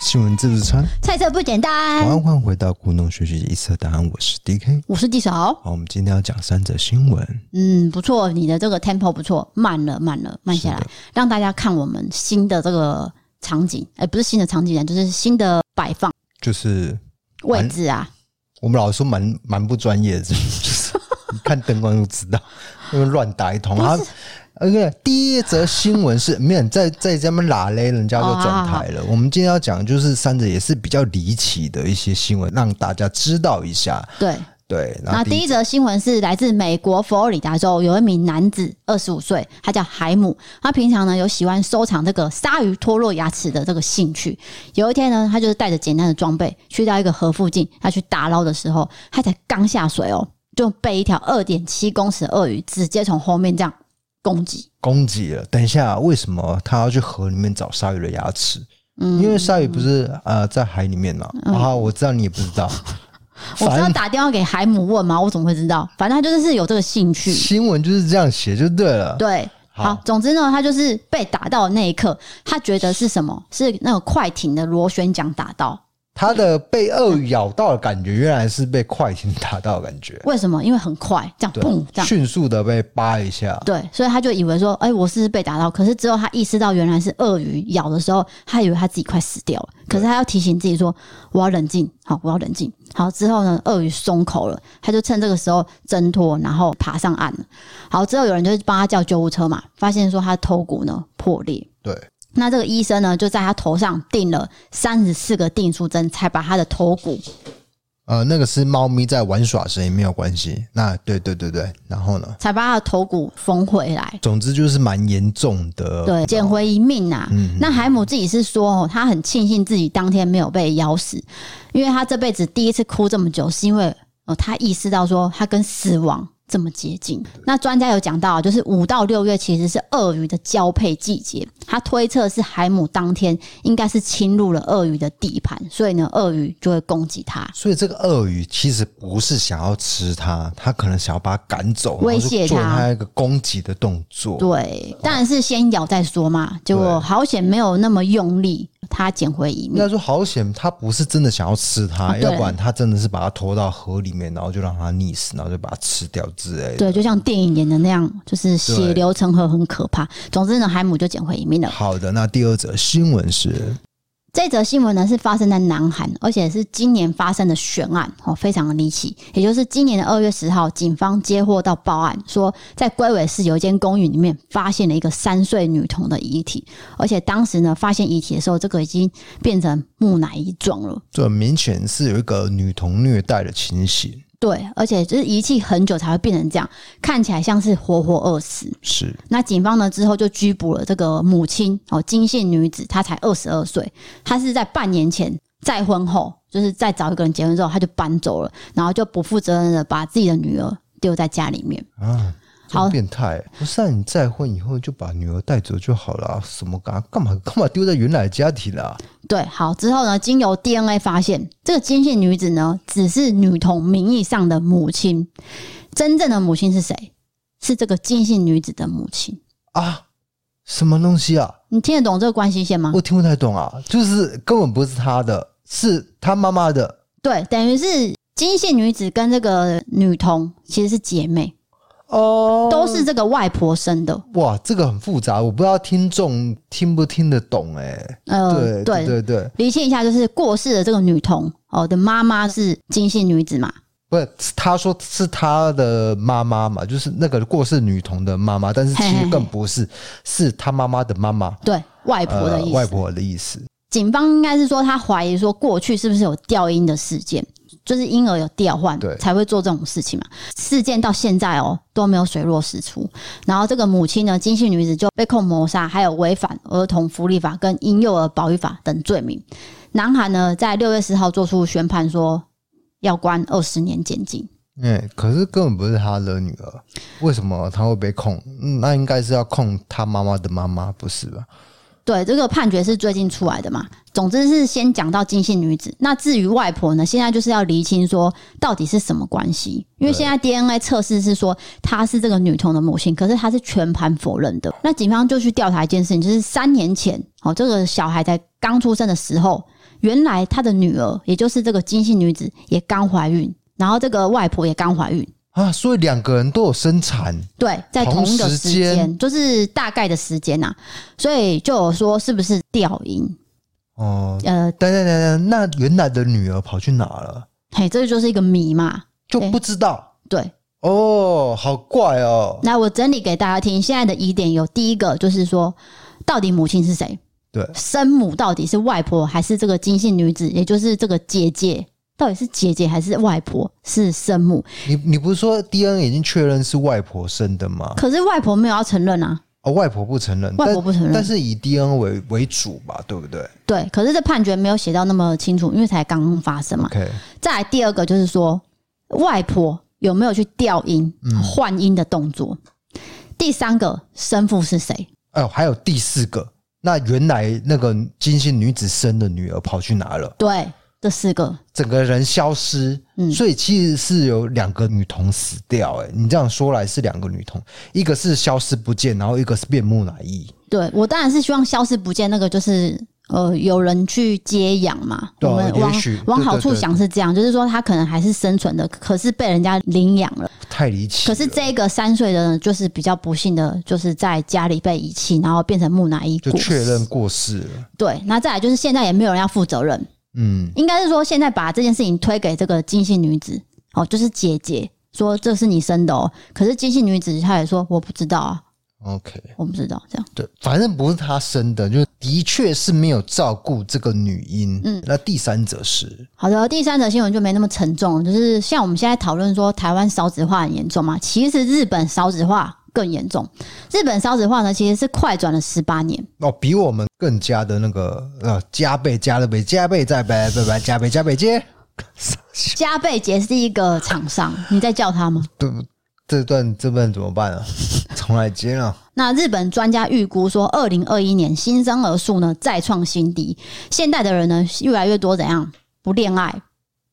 新闻自助餐，菜色不简晚单。安，欢迎回到故弄玄虚一色答案，我是 DK。我是地手，好，我们今天要讲三则新闻，嗯，不错，你的这个 tempo 不错，慢了，慢了，慢下是来的，让大家看我们新的这个场景，哎、不是新的场景啊，就是新的摆放就是位置啊，我们老实说蛮蛮不专业的， 就是你看灯光就知道，那个乱打一通。然后，而且第一则新闻 是没有在在这边拉嘞，人家就转台哦了。我们今天要讲的就是三则也是比较离奇的一些新闻，让大家知道一下。对。对，然那后第第一一则新闻是来自美国佛罗里达州，有一名男子，二十五岁，他叫海姆。他平常呢有喜欢收藏这个鲨鱼脱落牙齿的这个兴趣。有一天呢，他就是带着简单的装备去到一个河附近，他去打捞的时候，他才刚下水哦，就被一条二点七公尺的鳄鱼直接从后面这样攻击。攻击了。等一下，为什么他要去河里面找鲨鱼的牙齿？嗯因，为鲨鱼不是呃在海里面嘛。啊，我知道你也不知道，我知道反打电话给海姆问嘛，我怎么会知道？反正他 就是有这个兴趣。新闻就是这样写就对了。对，好，总之呢，他就是被打到的那一刻，他觉得是什么？是那个快艇的螺旋桨打到。他的被鳄鱼咬到的感觉，原来是被快艇打到的感觉， 为什么？因为很快，这样对砰，这样。迅速的被扒一下，对，所以他就以为说，哎、我是不是被打到？可是之后他意识到原来是鳄鱼咬的时候，他以为他自己快死掉了。可是他要提醒自己说，我要冷静，好，我要冷静。好，之后呢，鳄鱼松口了，他就趁这个时候挣脱，然后爬上岸了。好，之后有人就帮他叫救护车嘛，发现说他的头骨呢破裂，对，那这个医生呢，就在他头上钉了三十四个订书针，才把他的头骨。呃，那个是猫咪在玩耍声音没有关系。那对对对对，然后呢，才把他的头骨缝回来。总之就是蛮严重的，对，捡回一命啊！那海姆自己是说哦，他很庆幸自己当天没有被咬死，因为他这辈子第一次哭这么久，是因为哦，他意识到说他跟死亡这么接近。那专家有讲到啊，就是五到六月其实是鳄鱼的交配季节，他推测是海姆当天应该是侵入了鳄鱼的地盘，所以呢，鳄鱼就会攻击他。所以这个鳄鱼其实不是想要吃它，它可能想要把它赶走，威胁然后就做它它一个攻击的动作。对，当然是先咬再说嘛。结果对好险没有那么用力，他捡回一应命。该说好险，它不是真的想要吃它，啊对要不然它真的是把它拖到河里面，然后就让它溺死，然后就把它吃掉之类的。对，就像电影演的那样，就是血对流成河，很可怕。总之呢，海姆就捡回一命了。好的，那第二则新闻是这则新闻呢是发生在南韩，而且是今年发生的悬案哦，非常的离奇。也就是今年的二月十号，警方接获到报案，说在龟尾市有一间公寓里面发现了一个三岁女童的遗体，而且当时呢发现遗体的时候，这个已经变成木乃伊状了。这明显是有一个女童虐待的情形，对，而且就是遗弃很久才会变成这样，看起来像是活活饿死。是那警方呢之后就拘捕了这个母亲哦，金姓女子，她才二十二岁，她是在半年前再婚后，就是再找一个人结婚之后，她就搬走了，然后就不负责任的把自己的女儿丢在家里面。啊，这好么变态、不是、啊、你再婚以后就把女儿带走就好了啊、什么干干嘛干嘛丢在原来的家庭啊啦、对，好之后呢，经由 DNA 发现，这个金姓女子呢只是女童名义上的母亲，真正的母亲是谁？是这个金姓女子的母亲。啊？什么东西啊？你听得懂这个关系线吗？我听不太懂啊，就是根本不是他的，是他妈妈的对，等于是金姓女子跟这个女童其实是姐妹，哦，都是这个外婆生的。哇，这个很复杂，我不知道听众听不听得懂哎、对呃，对对对，厘清一下，就是过世的这个女童哦的妈妈是金姓女子嘛？不是，他说是他的妈妈嘛，就是那个过世女童的妈妈，但是其嘿嘿实嘿更不是，是他妈妈的妈妈，对，外婆的意思。呃、外婆的意思。警方应该是说，他怀疑说过去是不是有调婴的事件，就是婴儿有调换，对才会做这种事情嘛。事件到现在哦都没有水落石出。然后这个母亲呢，金姓女子就被控谋杀，还有违反儿童福利法跟婴幼儿保育法等罪名。南韩呢，在六月十号做出宣判说要关二十年监禁。哎、可是根本不是他的女儿，为什么他会被控？嗯那应该是要控他妈妈的妈妈，不是吧？对，这个判决是最近出来的嘛。总之是先讲到金姓女子，那至于外婆呢，现在就是要厘清说到底是什么关系，因为现在 DNA 测试是说她是这个女童的母亲，可是她是全盘否认的。那警方就去调查一件事情，就是三年前哦，这个小孩在刚出生的时候，原来他的女儿，也就是这个金姓女子，也刚怀孕，然后这个外婆也刚怀孕，啊，所以两个人都有生产，对，在同同一个时时间间，就是大概的时间呐、所以就有说是不是调音？哦、呃，等等等等，那原来的女儿跑去哪了？嘿，这就是一个谜嘛。就对不知道对，哦，好怪哦。那我整理给大家听，现在的疑点有第一个就是说，到底母亲是谁？对，生母到底是外婆还是这个金姓女子，也就是这个姐姐？到底是姐姐还是外婆？是生母？你你不是说 DNA 已经确认是外婆生的吗？可是外婆没有要承认啊。哦，外婆不承认，外婆不承认但但是以 DNA 为为主吧，对不对对，可是这判决没有写到那么清楚，因为才刚刚发生嘛。 ？OK，再来第二个就是说，外婆有没有去调音、嗯换音的动作？第三个，生父是谁？哦，还有第四个，那原来那个金姓女子生的女儿跑去哪了？对，这四个，整个人消失，嗯所以其实是有两个女童死掉、欸。哎，你这样说来是两个女童，一个是消失不见，然后一个是变木乃伊。对我当然是希望消失不见，那个就是呃有人去接养嘛。对啊我们也往许往对对好处对想是这样，就是说他可能还是生存的，可是被人家领养了。太离奇可了。是这个三岁的呢，就是比较不幸的，就是在家里被遗弃，然后变成木乃伊就过世。确认过世了。对，那再来就是现在也没有人要负责任，嗯，应该是说现在把这件事情推给这个金姓女子，哦，就是姐姐说这是你生的哦。可是金姓女子她也说我不知道啊， OK，我不知道这样。对，反正不是他生的，就的确是没有照顾这个女婴。嗯，那第三者是好的，第三则新闻就没那么沉重了，就是像我们现在讨论说台湾少子化很严重嘛，其实日本少子化更严重。日本少子化呢，其实是快转了十八年，哦，比我们更加的那个呃，加倍加了倍，加倍再倍倍倍加倍加倍接。加倍捷是一个厂商，你在叫他吗？对，这段这段怎么办啊？ 重来接啊了。那日本专家预估说，二零二一年新生儿数呢再创新低，现代的人呢越来越多怎样不恋爱、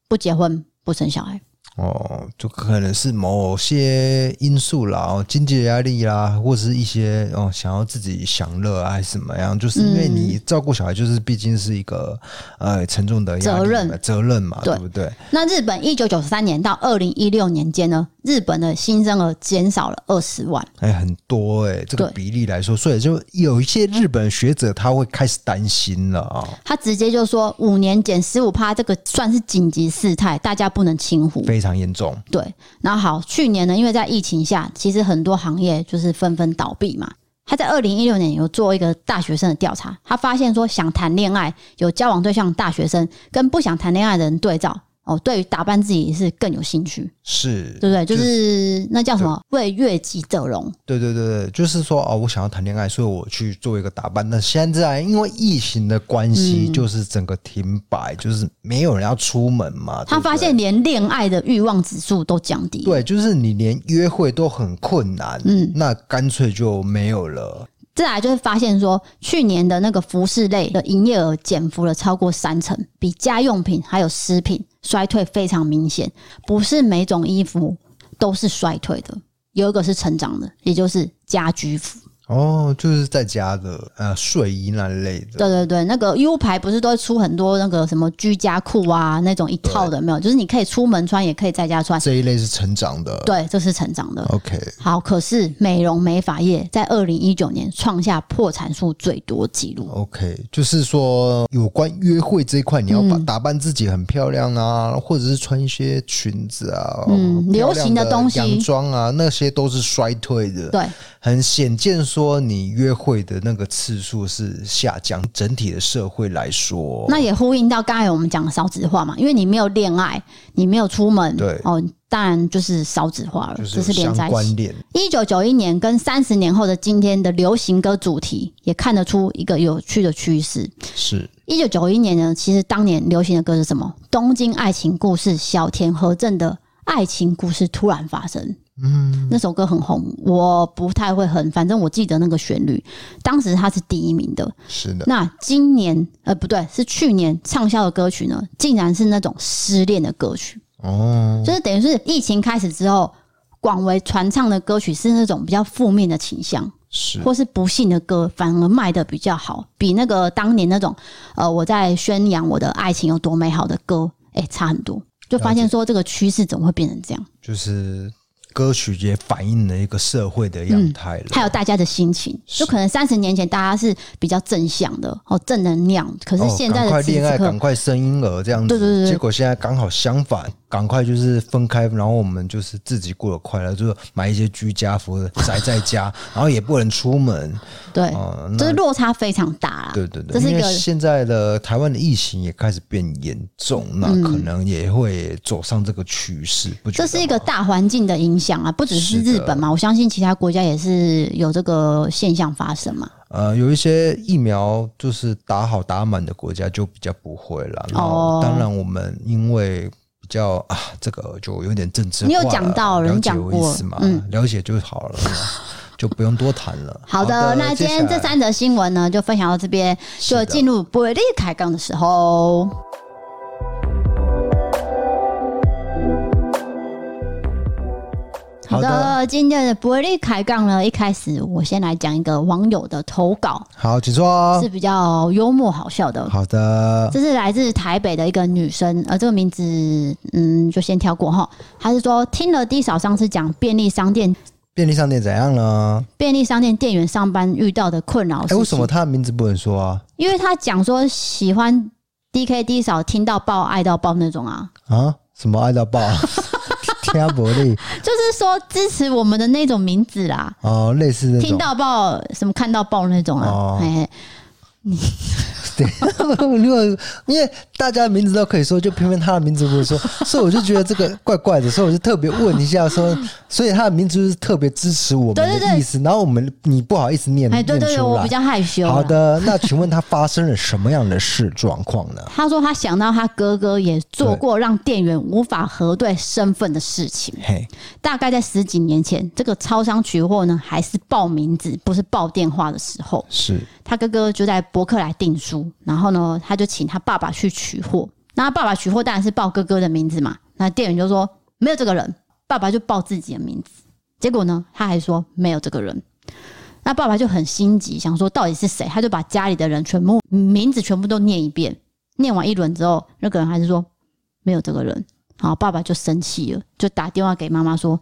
不结婚、不生小孩。哦，就可能是某些因素啦，哦，经济压力啦，或者是一些哦想要自己享乐啊，还是怎么样，就是因为嗯你照顾小孩，就是毕竟是一个呃沉重的压力嘛责任责任嘛，对对不对？那日本一九九三年到二零一六年间呢，日本的新生儿减少了二十万。哎，很多哎、这个对比例来说，所以就有一些日本学者他会开始担心了啊、他直接就说五年减十五趴，这个算是紧急事态，大家不能轻忽。非常严重。对，然后好，去年呢，因为在疫情下，其实很多行业就是纷纷倒闭嘛。他在二零一六年有做一个大学生的调查，他发现说，想谈恋爱有交往对象的大学生跟不想谈恋爱的人对照，哦，对于打扮自己是更有兴趣，是，对不对？就是那叫什么“为悦己者容对对对对，就是说哦，我想要谈恋爱，所以我去做一个打扮。那现在因为疫情的关系，嗯就是整个停摆，就是没有人要出门嘛”。。对他不对发现连恋爱的欲望指数都降低。对，就是你连约会都很困难，嗯那干脆就没有了。再来就是发现说，去年的那个服饰类的营业额减幅了超过三成，比家用品还有食品衰退非常明显。不是每种衣服都是衰退的，有一个是成长的，也就是家居服。哦，就是在家的呃睡衣那类的，对对对，那个 U 牌不是都会出很多那个什么居家裤啊，那种一套的有没有，就是你可以出门穿，也可以在家穿。这一类是成长的。对，这是成长的。 ，OK，好，可是美容美发业在二零一九年创下破产数最多纪录。 OK，就是说有关约会这一块，你要嗯把打扮自己很漂亮啊，或者是穿一些裙子啊，嗯漂亮流行的东西洋装啊，那些都是衰退的。对，很显见说你约会的那个次数是下降，整体的社会来说，那也呼应到刚才我们讲的少子化嘛，因为你没有恋爱，你没有出门，对哦，当然就是少子化了，就这是是有连在相一起。关联。一九九一年跟三十年后的今天的流行歌主题，也看得出一个有趣的趋势。是一九九一年呢，其实当年流行的歌是什么？《东京爱情故事》，小田和正的《爱情故事》突然发生。嗯，那首歌很红，我不太会哼，反正我记得那个旋律。当时它是第一名的，是的，那今年呃不对，是去年畅销的歌曲呢，竟然是那种失恋的歌曲，哦，就是等于是疫情开始之后，广为传唱的歌曲是那种比较负面的倾向，是或是不幸的歌反而卖的比较好，比那个当年那种呃我在宣扬我的爱情有多美好的歌，哎、差很多。就发现说这个趋势怎么会变成这样？就是歌曲也反映了一个社会的嗯样态了。还有大家的心情，是就可能三十年前大家是比较正向的哦，正能量，可是哦现在赶的快此时恋爱，此刻赶快生婴儿这样子，对对对对结果现在刚好相反，赶快就是分开，然后我们就是自己过得快乐，就是买一些居家服，宅在 家，然后也不能出门。对，哦、那就是落差非常大啦。对对对，这是一因为个现在的台湾的疫情也开始变严重，那可能也会走上这个趋势，不觉嗯这得是一个吗大环境的影响啊，不只是是的日本嘛，我相信其他国家也是有这个现象发生嘛。呃，有一些疫苗就是打好打满的国家就比较不会了。然后哦当然我们因为比较啊，这个就有点政治化你有讲到了了你解讲我意思过嘛？嗯了解就好了嘛，就不用多谈了。 好的，那今天接下这来三则新闻呢，就分享到这边，是就的进入伯利开杠的时候。好好的的，今天的伯利开杠呢，一开始我先来讲一个网友的投稿，好，请说啊是。比较幽默好笑的。哦好的，这是来自台北的一个女生，呃，这个名字，嗯，就先跳过哈。她是说听了 D 嫂上次讲便利商店，便利商店怎样呢？便利商店店员上班遇到的困扰。哎、为什么？他的名字不能说啊？因为她讲说喜欢 DK D 嫂，啊听到爆爱到爆那种啊，啊，什么爱到爆， 天啊，伯利就是说支持我们的那种名字啦，哦，类似那听种。到爆什么看到爆那种哦啊，哎、嘿对， 如果因为大家的名字都可以说，就偏偏他的名字不 能说，所以我就觉得这个怪怪的，所以我就特别问一下说，所以他的名字就是特别支持我们对对的对意思，然后我们你不好意思念哎，对对念对，出我来比。较害羞啊啦。好的，那请问他发生了什么样的事状况 呢？她说她想到她哥哥也做对过让店员无法核对身份的事情。嘿，大概在十几年前，这个超商取货呢还是报名字，不是报电话的时候，是他哥哥就在博客来订书，然后呢，他就请他爸爸去取货。那他爸爸取货当然是报哥哥的名字嘛。那店员就说没有这个人，爸爸就报自己的名字。结果呢，他还说没有这个人。那爸爸就很心急，想说到底是谁，他就把家里的人全部名字全部都念一遍。念完一轮之后，那个人还是说没有这个人。好，爸爸就生气了，就打电话给妈妈说：“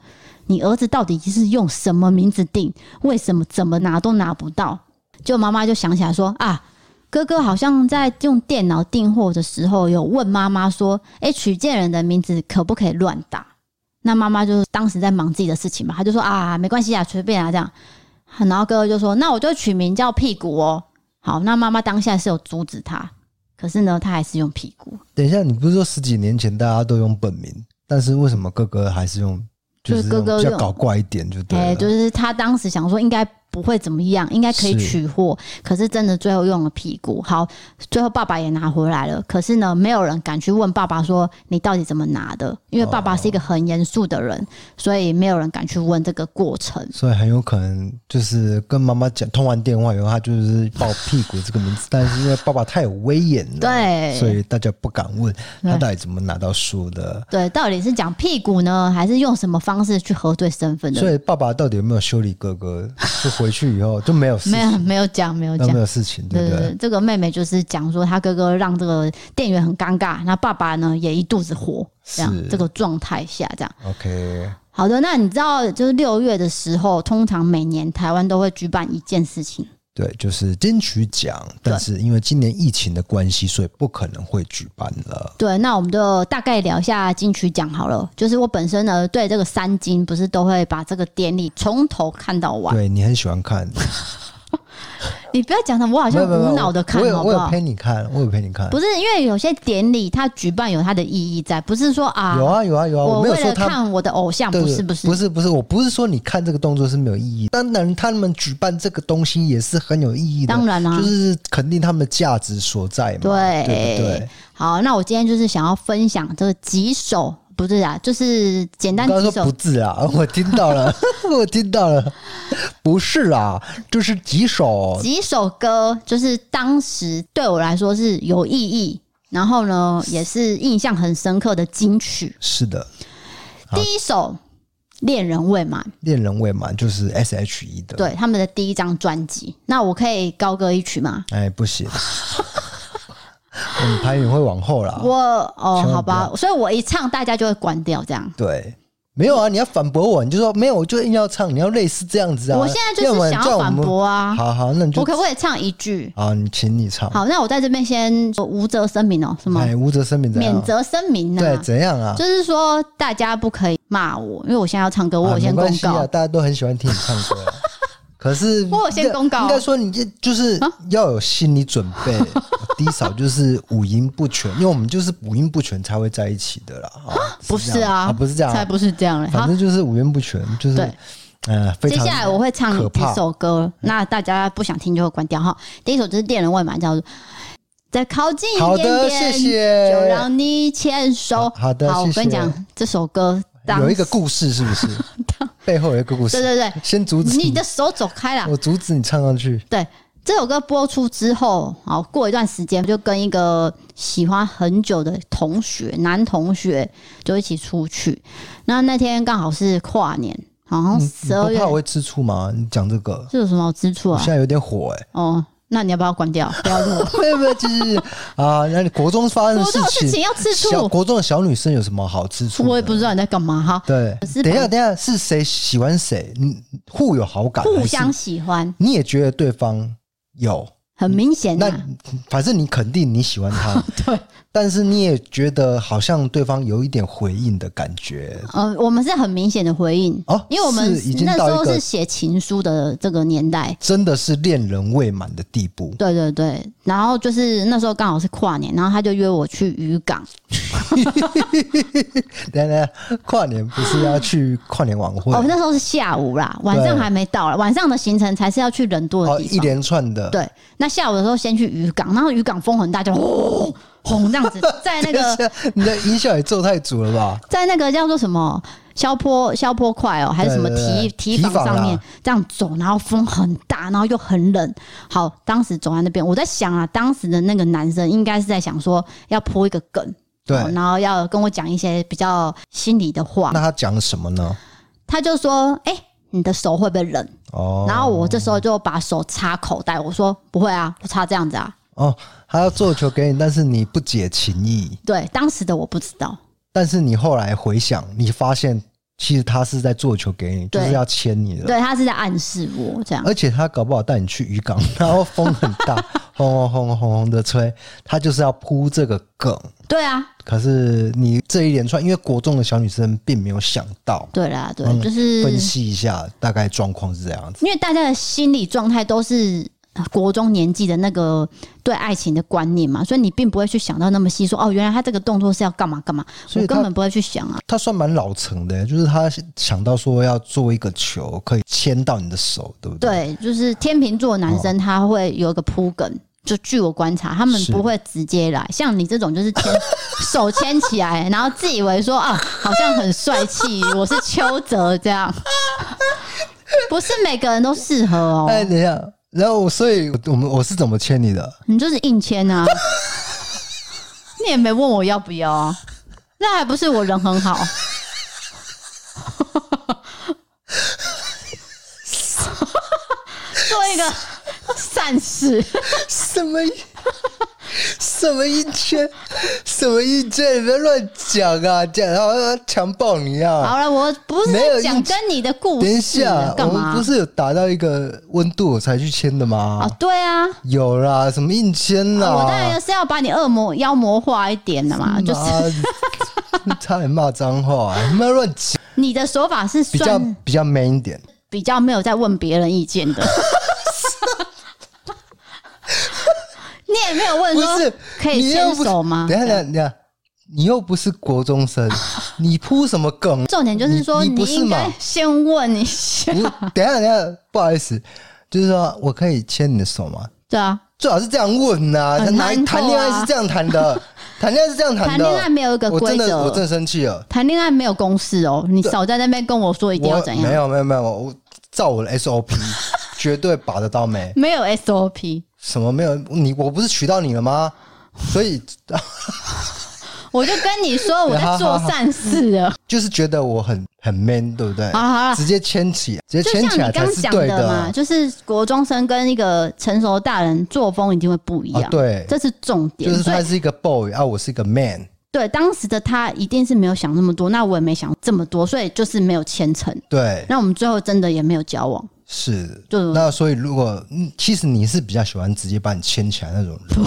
你儿子到底是用什么名字订？为什么怎么拿都拿不到？”就妈妈就想起来说啊，哥哥好像在用电脑订货的时候有问妈妈说，诶，取件人的名字可不可以乱打？那妈妈就当时在忙自己的事情嘛，她就说啊，没关系啊，随便啊这样。然后哥哥就说，那我就取名叫屁股哦。好，那妈妈当下是有阻止他，可是呢，他还是用屁股，等一下，你不是说十几年前大家都用本名，但是为什么哥哥还是用，就是是哥用哥比较用搞怪一点就对啊哎、了，就是他当时想说应该不会怎么样，应该可以是取货，可是真的最后用了屁股。好，最后爸爸也拿回来了，可是呢，没有人敢去问爸爸说你到底怎么拿的，因为爸爸是一个很严肃的人，所以没有人敢去问这个过程。所以很有可能就是跟妈妈讲通完电话以后，他就是报屁股这个名字，但是因为爸爸太有威严了，对啊所以大家不敢问对他到底怎么拿到书的。对，到底是讲屁股呢，还是用什么方式去核对身份所的？以爸爸到底有没有修理哥哥？就回去以后就没有事没有，情，没有讲，没有都讲没。有事情，对对不对对，对？这个妹妹就是讲说，她哥哥让这个店员很尴尬，那爸爸呢也一肚子火，这样是这个状态下这样。 OK，好的，那你知道，就是六月的时候，通常每年台湾都会举办一件事情，对，就是金曲奖，但是因为今年疫情的关系，所以不可能会举办了。对，那我们就大概聊一下金曲奖好了。就是我本身呢，对这个三金不是都会把这个典礼从头看到完。对你很喜欢看，你不要讲的，我好没像有没有没有无脑的看我有好我不有好？陪你看，我有陪你看，不是，因为有些典礼它举办有它的意义在，不是说啊，有啊有啊有啊，我没有为说了他看我的偶像，对啊不对是不是不。是不是，我不是说你看这个动作是没有意义，当然他们举办这个东西也是很有意义的，当然啦、就是肯定他们的价值所在嘛，对对不对？好，那我今天就是想要分享这几首，不是啊，就是简单刚刚几说首不字啊， 我听到了，我听到了，不是啊，就是几首几首歌，就是当时对我来说是有意义，然后嗯呢，也是印象很深刻的金曲。是的，第一首恋人未满，恋人未满就是 S.H.E 的，对他们的第一张专辑。那我可以高歌一曲吗？哎，不行，我们排名会往后啦。我哦千万，不要好吧，所以我一唱大家就会关掉这样。对，没有啊，你要反驳我，你就说没有，我就硬要唱，你要类似这样子啊。我现在就不是然想这样要我反们驳啊！好好，那你就我可不可以唱一句？好，你请你唱。好，那我在这边先无责声明哦、什么哎，无责声明怎样？免责声明呢、对，怎样啊？就是说大家不可以骂我，因为我现在要唱歌，我啊有先没公关系告。啊，大家都很喜欢听你唱歌 啊、可是我有先公告啊应该说你这就是要有心理准 备。低少就是五音不全，因为我们就是五音不全才会在一起的啦。啊不这是样啊，不是这样才啊，不是这样嘞。反好，正就是五音不全，就是对呃，非接常下来我会唱可几怕首歌，那大家不想听就会关掉哈。第一首就是《恋人未满》，叫做《再靠近一好点的，点》，谢谢。就让你牵手。好好的好，我谢谢跟你讲，这首歌当有一个故事是不 是？背后有一个故事。对对对，先阻止你的啊手走开啦。我阻止你唱上去。对，这首歌播出之后，好过一段时间，就跟一个喜欢很久的同学，男同学就一起出去。那那天刚好是跨年，好嗯像你十二不月怕，我会吃醋吗？你讲这个，这有什么好支出我啊现？在有点火 哎。哦，那你要不要关 掉？不要录。没有没有，就是 啊，那你国中发生的国中的事情要吃醋小国中的小女生有什么好吃醋的？我也不知道你在干嘛哈。对是，等一下等一下，是谁喜欢谁？你互有好感，互相还是喜欢，你也觉得对方有，很明显那啊。反正你肯定你喜欢他， 对，但是你也觉得好像对方有一点回应的感觉。呃，我们是很明显的回应，哦因为我们是已经那时到一候个是写情书的这个年代，真的是恋人未满的地步，对对对，然后就是那时候刚好是跨年，然后他就约我去渔港，等一下等一下，跨年不是要去跨年晚会哦，那时候是下午啦，晚上对还没到啦，晚上的行程才是要去人多的哦，地一方。连串的，对，那下午的时候先去渔港，然后渔港风很大，就轰轰这 样子，在那个等一下，你的音效也做太足了吧？在那个叫做什么消坡消坡块哦，还是什么对对堤对堤堤防防上面啦这样走，然后风很大，然后又很冷。好，当时走在那边，我在想啊，当时的那个男生应该是在想说要铺一个梗，对哦然后要跟我讲一些比较心里的话那。他讲了什么呢？他就说：“哎、你的手会不会冷？”哦，然后我这时候就把手插口袋，我说：“不会啊，我插这样子啊。哦，他要做球给你，但是你不解情意，”对，当时的我不知道，但是你后来回想，你发现其实他是在做球给你，对就是要牵你的。对他是在暗示我这样。而且他搞不好带你去渔港， 然后风很大， 轰轰轰轰轰的吹，他就是要铺这个梗。对啊，可是你这一连串，因为国中的小女生并没有想到，对啦，对，嗯就是分析一下大概状况是这样子。因为大家的心理状态都是呃国中年纪的那个对爱情的观念嘛，所以你并不会去想到那么细，说哦，原来他这个动作是要干嘛干嘛，所我以他根本不会去想啊。他算蛮老成的，就是他想到说要做一个球可以牵到你的手，对不对？对，就是天秤座的男生他会有一个铺梗。就据我观察，他们啊是不会直接来，像你这种就是牵手牵起来， 然后自以为说啊，好像很帅气，我是邱泽这样，不是每个人都适合哦，哎，等一下，然后我所以我们我是怎么签你的？你就是硬 签啊，你也没问我要不要啊，那还不是我人很 好，做一个善事。什么意 什么意见？什么意见？你不要乱讲啊！讲然后强暴你啊！好了，我不是没有在硬讲跟你的故事，等一下，干我们嘛、不啊是有达到一个温度我才去签的吗？哦，对啊，哦有啦，什么硬签啦？我当然是要把你恶魔妖魔化一点的嘛，就是是差点骂脏话、你不要乱讲，你的手法是比较算比较 man 一点。比较没有在问别人意见 的。你也没有问不说是，可以你又牵不是手吗？等一下，等一下，等一下，你又不是国中 生，你铺什么梗？啊重点就是说，你你不是应该嘛先问 一下。你等一下，等一下，不好意思，就是说我可以牵你的手吗？对啊，最好是这样问呐、很难谈谈恋爱过啊是这样谈 的，谈恋爱是这样谈谈的。恋爱没有一个我规真的我真则，的生气了。谈恋爱没有公式哦。你少在那边跟我说一定要我怎没样，有没有没有，我照我的 SOP，绝对把得到没？没有 SOP。什么没有？你我不是娶到你了吗？所以我就跟你说我在做善事 了。就是觉得我很很 man，对不对？好了好了直接牵起，直接就牵像起来你才刚是讲对的嘛，啊。就是国中生跟一个成熟大人作风一定会不一样，啊对这是重点。就是所他以是一个 boy 啊，我是一个 man，对当时的他一定是没有想那么多，那我也没想这么多，所以就是没有牵成。对，那我们最后真的也没有交往，是。对那所以如果嗯其实你是比较喜欢直接把你牵起来那种 人。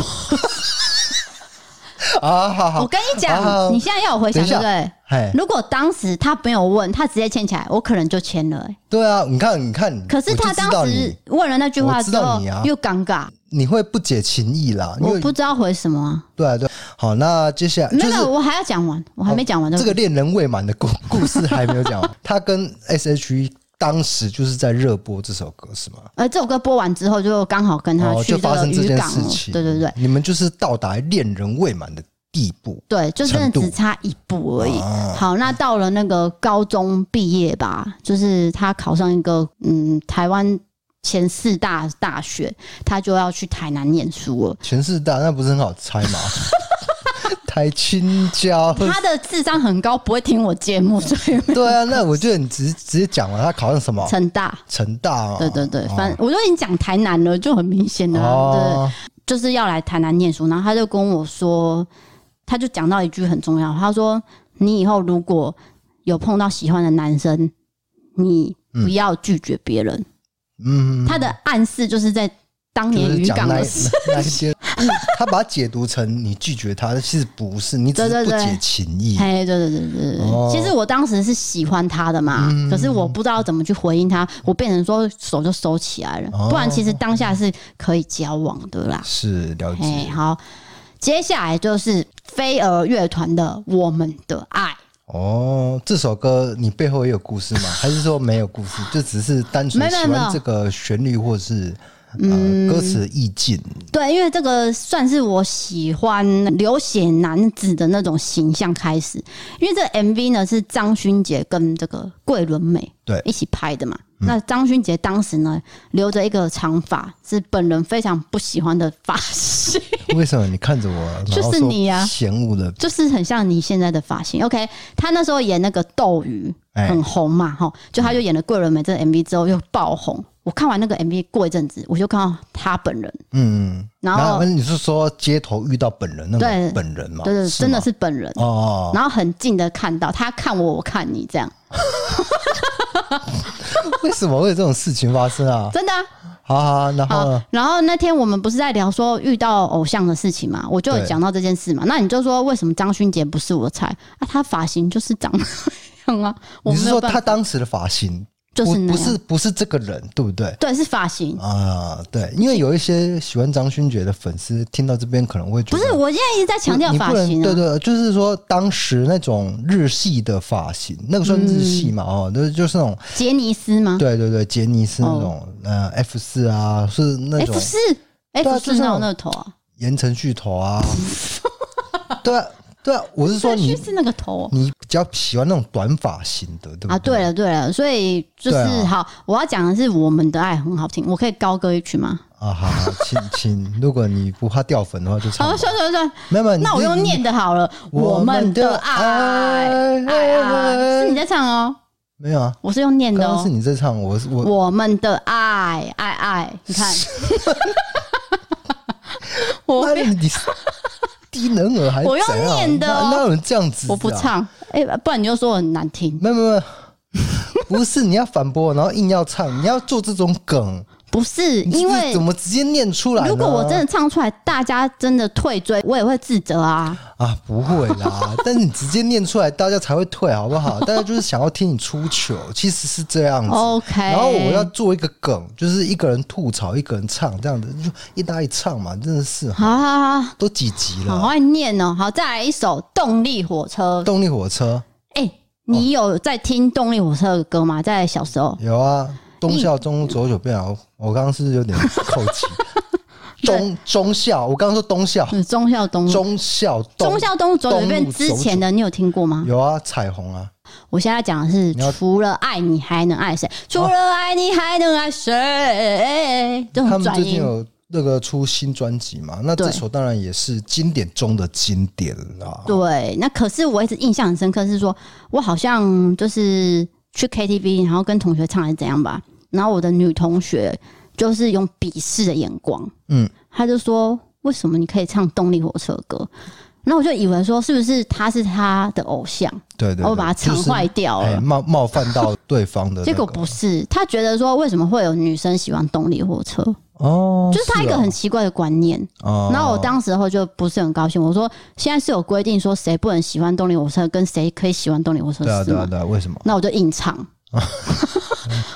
啊，好我好，跟你讲，啊你现在要我回想，等对一不对？嘿，如果当时他没有问，他直接牵起来，我可能就签了、欸对啊，你看，你看，可是我就他知道当时你问了那句我话知之道后你啊又尴尬，你会不解情意啦，因我为不知道回什么、啊。对啊对啊，好，那接下来呃没就有，没有是哦我还要讲完，我还没讲完这对不个对恋人未满的故故事还没有讲 完，他跟 S.H.E 当时就是在热播这首歌是吗？呃，这首歌播完之后，就刚好跟他哦，去就这发个生这渔件港事了情，对对对，你们就是到达恋人未满的地步，对，就真程的度只差一步而已。啊好，那到了那个高中毕业吧，就是他考上一个嗯台湾前四大大学，他就要去台南念书了。全是大，那不是很好猜吗？ 台青椒，他的智商很高，不会听我节目，所以对啊，那我觉得你直直接讲完，他考上什么？成大。成大嘛，对对对，哦反正我都已经讲台南了，就很明显了啊。对，哦，就是要来台南念书，然后他就跟我说，他就讲到一句很重要，他说：“你以后如果有碰到喜欢的男生，你不要拒绝别人。嗯，他的暗示就是在当就年是渔讲港那的事，那那一些，因为他把它解读成你拒绝他，其实不是，你只对是对不对解情意。嘿，对对对对对，哦嗯其实我当时是喜欢他的嘛，可是我不知道怎么去回应他，我变成说手就收起来哦了，不然其实当下是可以交往的啦。是了哎，解好，接下来就是飞儿乐团的《我们的爱》。哦，这首歌你背后也有故事吗？ 还是说没有故事，就只是单没纯有喜没有嗯欢这个旋律或是呃歌词的意境？对，因为这个算是我喜欢流血男子的那种形象开始。因为这个 MV 呢是张勋杰跟这个桂纶镁对一起拍的嘛。嗯那张勋杰当时呢留着一个长发，是本人非常不喜欢的发型， 为什么你看着我，就是然后说你啊嫌恶的就是很像你现在的发型。OK，他那时候演那个斗鱼哎很红嘛，哈，就他就演了桂纶镁这个 MV 之后又爆红。我看完那个 MV 过一阵子，我就看到他本人，嗯，然后你是说街头遇到本人那对个本人嘛？对对，真的吗是本人。哦，然后很近的看到他看我，我看你，这样哦 为什么会有这种事情发生啊？真的啊、好好，好然啊好后呢然后那天我们不是在聊说遇到偶像的事情嘛，我就有对讲到这件事嘛。那你就说为什么张勋杰不是我的菜啊？他发型就是长 那样啊，我你是没有说办他法，当时的发型就是那不不样是不是这个人，对不对？对，是发型。啊、对，因为有一些喜欢张勋杰的粉丝听到这边可能会觉不得是，我现在一直在强调你发不能型对啊。对，就是说当时那种日系的发型，那个算日系嗯嘛？哦，就是就是那种杰尼斯吗 对啊对对，杰尼斯那种、呃 F 四啊，是那种哦？F 四啊，F 就四是那那种那个头啊，言承旭头 啊，对啊对啊，我是说你嗯是那个头哦。你比较喜欢那种短发型的，对不对？啊，对了对了，所以就是、对啊好，我要讲的是我们的爱很好听，我可以高歌一曲吗？啊，好好，请 请，如果你不怕掉粉的话，就唱好，吧。算算算，没有没有，那我你用念的好了，我们的爱，爱啊，是你在唱哦，没有啊？我是用念的刚刚是哦，你在唱，我是我我们的爱，爱爱，你看，我那你 你低能儿还我用怎样念的哦那那有人这样子、啊？我不，唱，哎，不然你就说我很难听，没有没有，没有 不是你要反驳，然后硬要唱，你要做这种梗，不是你这因为怎。么直接念出来呢？如果我真的唱出来，大家真的退追，我也会自责啊！啊，不会 啦，但是你直接念出来，大家才会退，好不好？大家就是想要听你出糗，其实是这样子。 OK 然后我要做一个梗，就是一个人吐槽，一个人唱，这样子就一搭一唱嘛，真的是好好好都几集好，好了。爱念哦。好，再来一首《动力火车》。动力火车哎，你有在听《动力火车》的歌吗？在小时候，有啊，东校中左九变啊，我刚刚是不是有点扣 题。中中校，我刚刚说东校，嗯，忠孝东路中校东忠孝东路走九东遍路之走前的，你有听过吗九？有啊，彩虹啊，我现在讲的是，要啊除了爱你还能爱谁？除了爱你还能爱谁？这他们种嗯转最近音，有那个出新专辑嘛，那这对首当然也是经典中的经典啦。对，那可是我一直印象很深刻，是说我好像就是去 KTV，然后跟同学唱还是怎样吧，然后我的女同学就是用鄙视的眼光，嗯，她就说为什么你可以唱动力火车歌？那我就以为说是不是她是她的偶像，对对我哦把她对就唱是坏掉哎了。冒冒犯到对方的那个、结果不是，她觉得说为什么会有女生喜欢动力火车，哦，就是她一个很奇怪的观念。哦，然后我当时候就不是很高兴，我说现在是有规定说谁不能喜欢动力火车，跟谁可以喜欢动力火车对啊是对吗啊？对啊，为什么？那我就 硬唱，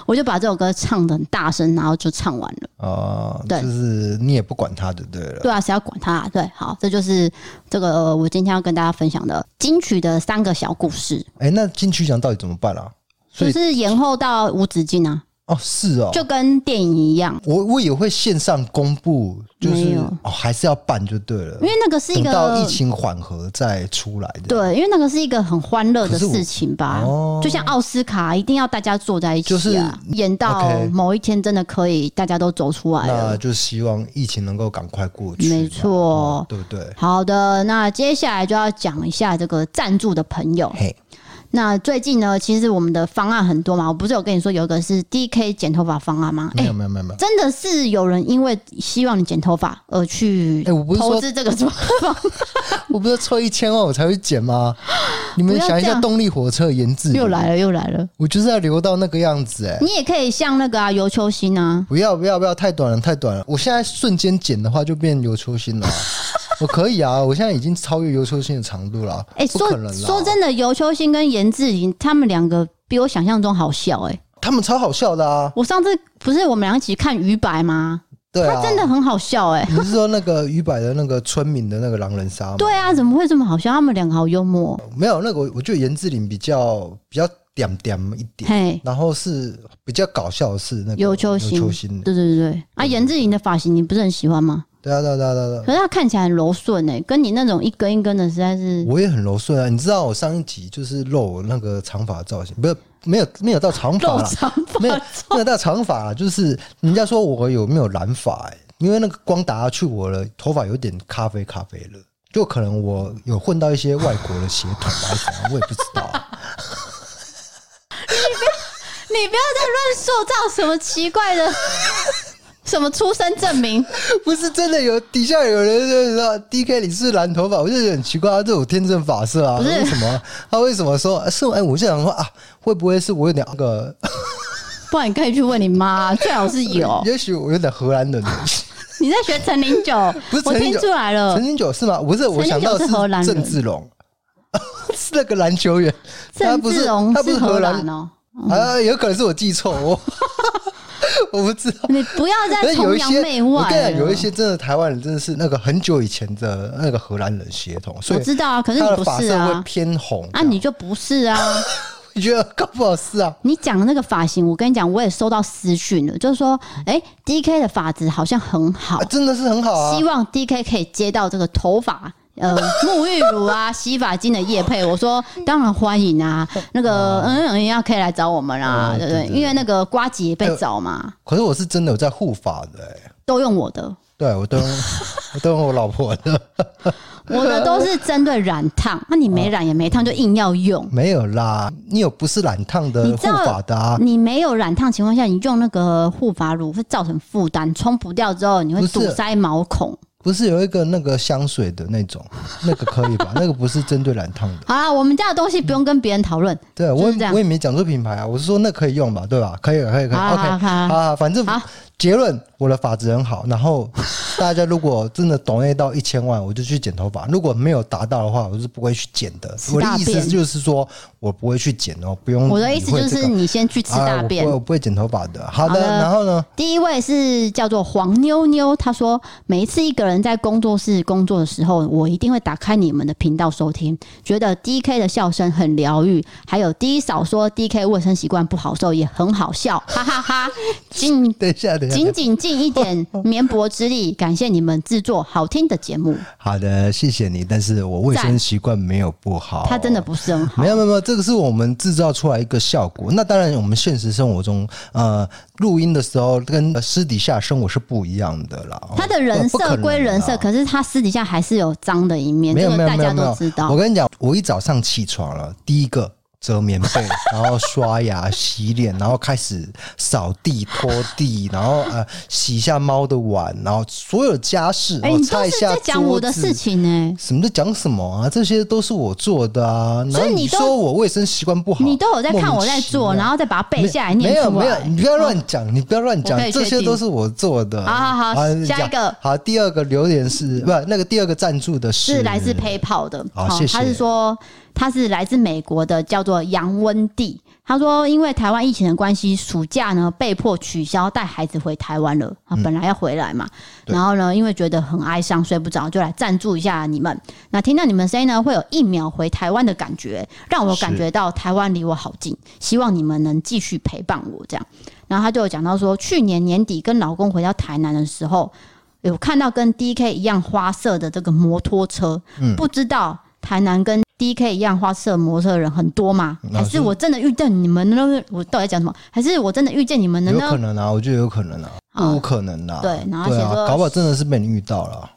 我就把这首歌唱的很大声，然后就唱完了。哦，对就是你也不管他就对了。对啊，谁要管他、啊？对，好，这就是这个、呃我今天要跟大家分享的金曲的三个小故事，哎、那金曲奖到底怎么办啊？所就以是延后到无止境啊，哦，是哦，就跟电影一样，我我也会线上公布，就没是有哦，还是要办就对了因。为那个是一等到疫个。情缓和再出来的，，对，因为那个是一个很欢乐可的是我事情吧，哦就像奥斯卡，一定要大家坐在一起、啊，就是演到 OK 某一天真的可以大家都走出来了那。就希望疫情能够赶快过去嘛，没错哦对不对？好的，那接下来就要讲一下这个赞助的朋友。嘿，那最近呢，其实我们的方案很多嘛，我不是有跟你说有一个是 DK 剪头发方案吗？哎、没有没有没有没有，真的是有人因为希望你剪头发而去哎我不是说投资这个方案，我不是凑一千万我才会减 吗？你们不要想一这下样动力火车的研制， 又来了又来了。我就是要留到那个样子哎、你也可以像那个啊尤秋兴啊，不要不要不要，太短了太短了！我现在瞬间剪的话就变刘秋欣 了啊、我可以啊，我现在已经超越刘秋欣的长度了啊，哎、不可说能啦！说真的，尤秋兴跟严志颖他们两个比我想象中好笑哎、他们超好笑的啊，我上次不是我们俩一起看鱼白吗？对啊，他真的很好笑哎、你是说那个于柏的那个村民的那个狼人杀吗？对，啊，怎么会这么好笑？他们两个好幽默哦、没有那个，我我觉得严志玲比较比较点点一点，嘿，然后是比较搞笑的是那个尤秋尤兴秋兴，对对对，嗯啊，严志颖的发型你不是很喜欢吗？对啊对啊对啊对啊可对啊，是他看起来很柔顺哎、跟你那种一根一根的实在是，我也很柔顺啊。你知道我上一集就是露我那个长发造型，不是没有没有到长发肉啦，长发 没有没有到长发啦，就是人家说我有没有染发、欸，因为那个光达去我的头发有点咖啡咖啡了。就可能我有混到一些外国的血统吧，还是怎样，我也不知道 啊、你不要再乱塑造什么奇怪的 什么出生证明，不是真的有底下有人就是说 D K 你是染头发，我就觉得很奇怪，啊他这种天生发色啊，不是为什么他为什么说啊是？哎，我就想说啊，会不会是我有点那个？。不然你可以去问你妈，最好是有 也许我有点荷兰人。你在学陈零九不是，我陈零听九出来了陈，金九是吗？不是，我想到呃陈金九是荷兰人郑志龙， 是那个篮球员，他郑不志是龙他不是是荷荷兰兰哦。啊，有可能是我记错，我 我不知道。你不要可再是有崇一洋些，媚我外啊跟你讲，了。有一些真的台湾人真的是那个很久以前的那个荷兰人血统，所我以知道啊，可是他你的不发是色会啊，偏红啊你就不是啊。你觉得搞不好是啊？你讲的那个发型，我跟你讲，我也收到私讯了，就是说，哎、d k 的发质好像很好啊，，真的是很好啊希！望 DK 可以接到这个头发。呃， 沐浴乳啊、洗发精的叶配，我说当然欢迎啊。那个嗯嗯要可以来找我们啦，哦对不对对？对对因为那个瓜姐也被找嘛，可是我是真的有在护发的、欸，都用我的，对我都 用我都用我老婆的， 我的都是针对染烫，那你没染也没烫，就硬要用。没有啦。你有不是染烫你的知护道发的啊？你没有染烫情况下，你用那个护发乳会造成负担，冲不掉之后你会不是堵塞毛孔。不是有一个那个香水的那种， 那个可以吧？那个不是针对染烫的。好啦，我们家的东西不用跟别人讨论。对，就是我这也样我也没讲出品牌啊，我是说那可以用吧，对吧？可以，可以，可以。好 OK，好好好啊，反正好结论我的发质很好，然后大家如果真的懂 A 到一千万，我就去剪头发；如果没有达到的话，我是不会去剪的。吃我的大意便思就是说，我不会去剪哦，不用理我会这个、的意思就是，你先去吃大便啊、我不会，。我不会剪头发的。好的，好的然后呢？第一位是叫做黄妞妞，她说每一次一个人在工作室工作的时候，我一定会打开你们的频道收听，觉得 D K 的笑声很疗愈，还有 D 嫂说 D K 卫生习惯不好的时候也很好笑，哈哈哈敬等一下，等等一下仅仅尽一点绵薄之力，感谢你们制作好听的节目。好的，谢谢你，但是我卫生赞习惯没有不好，他真的不是很好没，有没有没有，这个是我们制造出来一个效果。那当然，我们现实生活中，呃，录音的时候跟私底下生活是不一样的啦。哦他的人设归人设，可是他私底下还是有脏的一面，啊没这有个没有大没家有没都有知。道我。跟你讲，我一早上起床了，第一个。折棉被，然后刷牙、洗脸，然后开始扫地、拖地，然后呃洗一下猫的碗，然后所有家事，哎、然后你擦都一是下在讲我的桌子事情欸呢、什么在讲什么啊？这些都是我做的啊。然所后以你你都说我卫生习惯不好，你都有在看我在莫做，名其妙然后再把它背下来念没有出没有，来。你不要乱讲，你不要乱讲我可，以这确些定都是我做的。啊好好好下一个讲好，第二个留言是不那个第二个赞助的是是来自 PayPal 的，好谢谢他是说他是来自美国的，叫做杨温蒂。他说，因为台湾疫情的关系，暑假呢被迫取消带孩子回台湾了。他本来要回来嘛，嗯对然后呢，因为觉得很哀伤，睡不着，就来赞助一下你们。那听到你们声音呢，会有一秒回台湾的感觉，让我感是觉到台湾离我好近。希望你们能继续陪伴我这样。然后他就有讲到说，去年年底跟老公回到台南的时候，有看到跟 D K 一样花色的这个摩托车，嗯不知道台南跟 D K 一样花色摩托车的人很多吗？嗯老还师是我真的遇见你们呢？我到底在讲什么？还是我真的遇见你们了有可呢？能啊，我觉得有可能啊，啊不无可能啊。对然后对写说啊，搞不好真的是被你遇到了。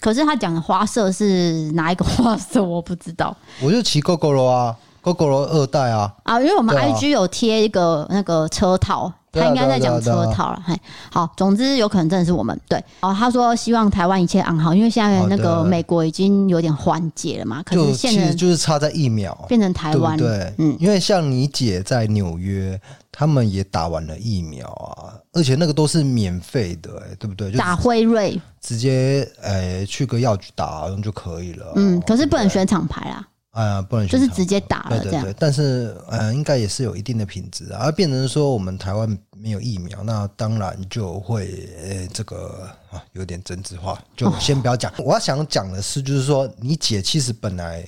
可是他讲的花色是哪一个花色？我不知道我就骑 GoGo 罗啊，GoGo 罗二代啊，啊，因为我们对啊 I G 有贴一个那个车套。对他啊应该在对啊讲对啊车对啊套了，嘿，好，总之有可能真的是我们对。哦，他说希望台湾一切安好，因为现在好那个的美国已经有点缓解了嘛，可就是其实现在就是差在一秒，变成台对不湾，对？嗯，因为像你姐在纽约，他们也打完了疫苗啊，而且那个都是免费的、欸，对不对？就打辉瑞，直接呃、去个药局打然后就可以了。嗯，可是不能哦对对选厂牌啦，啊、不能就选是厂直接打对了这对样。对，但是呃，应该也是有一定的品质啊。而变成说我们台湾没有疫苗，那当然就会呃，这个啊有点政治化，就先不要哦讲。我要想讲的是，就是说你姐其实本来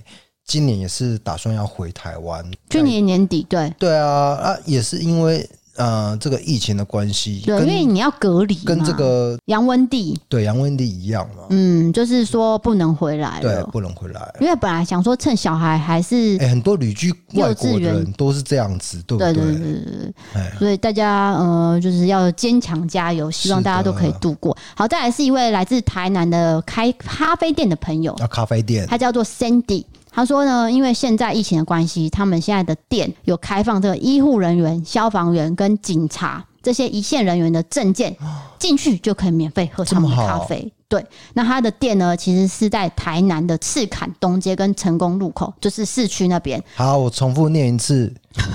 今年也是打算要回台湾，去年年底对对啊啊，也是因为呃这个疫情的关系，对，因为跟你要隔离嘛，跟这个杨温蒂，对杨温蒂一样嘛，嗯，就是说不能回来对，了，不能回来。因为本来想说趁小孩还是哎、很多旅居外国的幼稚人园都是这样子，对不对对？对对对对哎对，所以大家呃，就是要坚强加油，希望是的大家都可以度过。好，再来是一位来自台南的开咖啡店的朋友，那、啊咖啡店他叫做 Sandy。他说呢，因为现在疫情的关系，他们现在的店有开放这个医护人员、消防员跟警察这些一线人员的证件，进去就可以免费喝他们哦的这么咖好啡。对，那他的店呢，其实是在台南的赤坎东街跟成功路口，就是市区那边。好，我重复念一 次，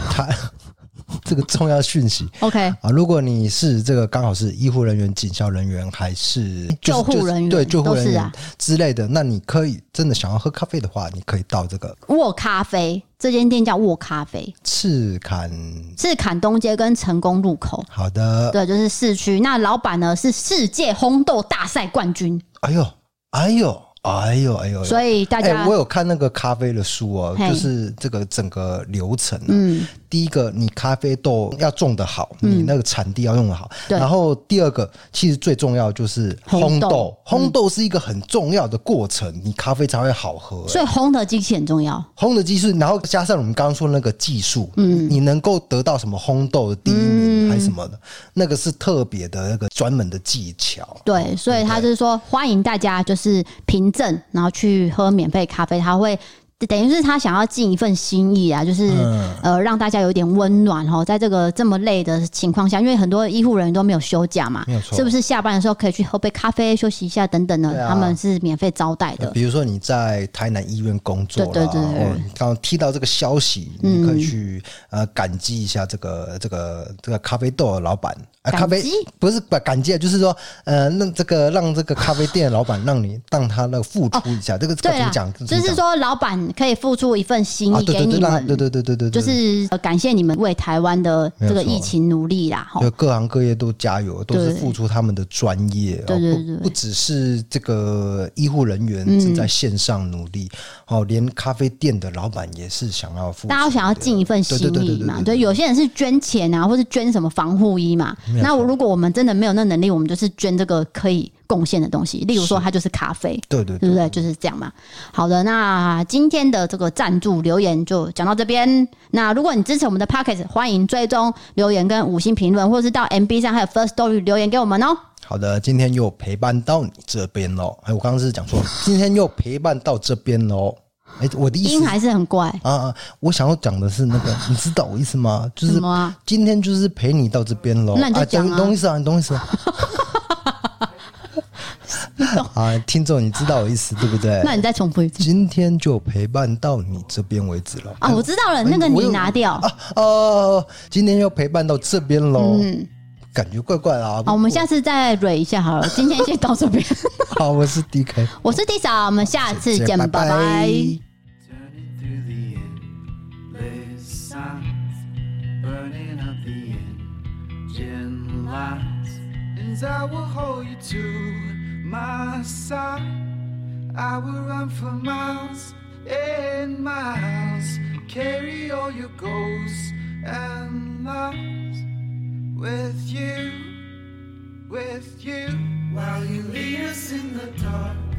他这个重要讯息 OK，啊！如果你是这个刚好是医护人员、警校人员，还是就是救护就是人员对救护都是人员啊之类的，那你可以真的想要喝咖啡的话，你可以到这个沃咖啡这间店叫沃咖啡，赤坎。赤坎东街跟成功路口。好的，对，就是市区。那老板呢是世界烘豆大赛冠军，哎呦，哎呦，哎呦，哎呦！所以大哎、家、我有看那个咖啡的书哦，嘿就是这个整个流程、啊。嗯，第一个，你咖啡豆要种得好，嗯你那个产地要用得好。对然后第二个，其实最重要就是烘烘豆嗯豆，烘豆是一个很重要的过程，你咖啡才会好喝、所以烘的机器很重要。烘的技术，然后加上我们刚刚说那个技术，嗯，你能够得到什么烘豆的第一嗯名还是什么的，那个是特别的那个专门的技巧。对，所以他就是说欢迎大家就是凭证，然后去喝免费咖啡，他会。等于是他想要尽一份心意啊，就是、嗯呃让大家有点温暖哦，在这个这么累的情况下，因为很多医护人员都没有休假嘛没有，错是不是下班的时候可以去喝杯咖啡休息一下等等对呢？啊他们是免费招待的，比如说你在台南医院工作啦，对对对嗯对哦，你刚刚听到这个消息，你可以去、呃感激一下这个这个这个咖啡豆的老板。啊，感咖啡激不是不感激，就是说，呃，让这个让这个咖啡店的老板让你让他那个付出一下，这个这个哦对怎么啦讲？，就是说，说老板可以付出一份心啊，意对给对对，你让他们，对对对对对，对就是呃感谢你们为台湾的这个没有错疫情努力啦，吼对，各行各业都加油，都是对付出他们的专业，对对对嗯哦、不不只是这个医护人员是在线上努力，哦，连咖啡店的老板也是想要付出的，大家都想要尽一份心对对对意对嘛，对对，有些人是捐钱啊，或是捐什么防护衣嘛。那我如果我们真的没有那能力，我们就是捐这个可以贡献的东西，例如说它就是咖啡，对对对对不对？就是这样嘛。好的，那今天的这个赞助留言就讲到这边。那如果你支持我们的 p o c k e t 欢迎追踪留言跟五星评论，或者是到 MB 上还有 First Story 留言给我们哦。好的，今天又陪伴到你这边喽。哎，我刚刚是讲错了，今天又陪伴到这边喽。哎，我的意思音还是很怪，啊啊，我想要讲的是那 个，你知道我意思吗？就是什么啊今天就是陪你到这边喽。那你就讲啊懂懂意思啊？你懂意 思吗？啊，听众，你知道我意思对不对？那你再重复一次今天就陪伴到你这边为止了。啊！我知道了，那个哎我你有啊拿掉。哦，今天又陪伴到这边喽。感觉怪啊怪啦。嗯好，我们下次再蕊一下好了，今天先到这边。好，我是 DK，我是地嫂，我们下次见，拜拜拜 Turning through the endless signs, burning up the engine lights. And I will hold you to my side. I will run for miles and miles, carry all your goals and lies with you, with you. While you lead us in the dark Oh,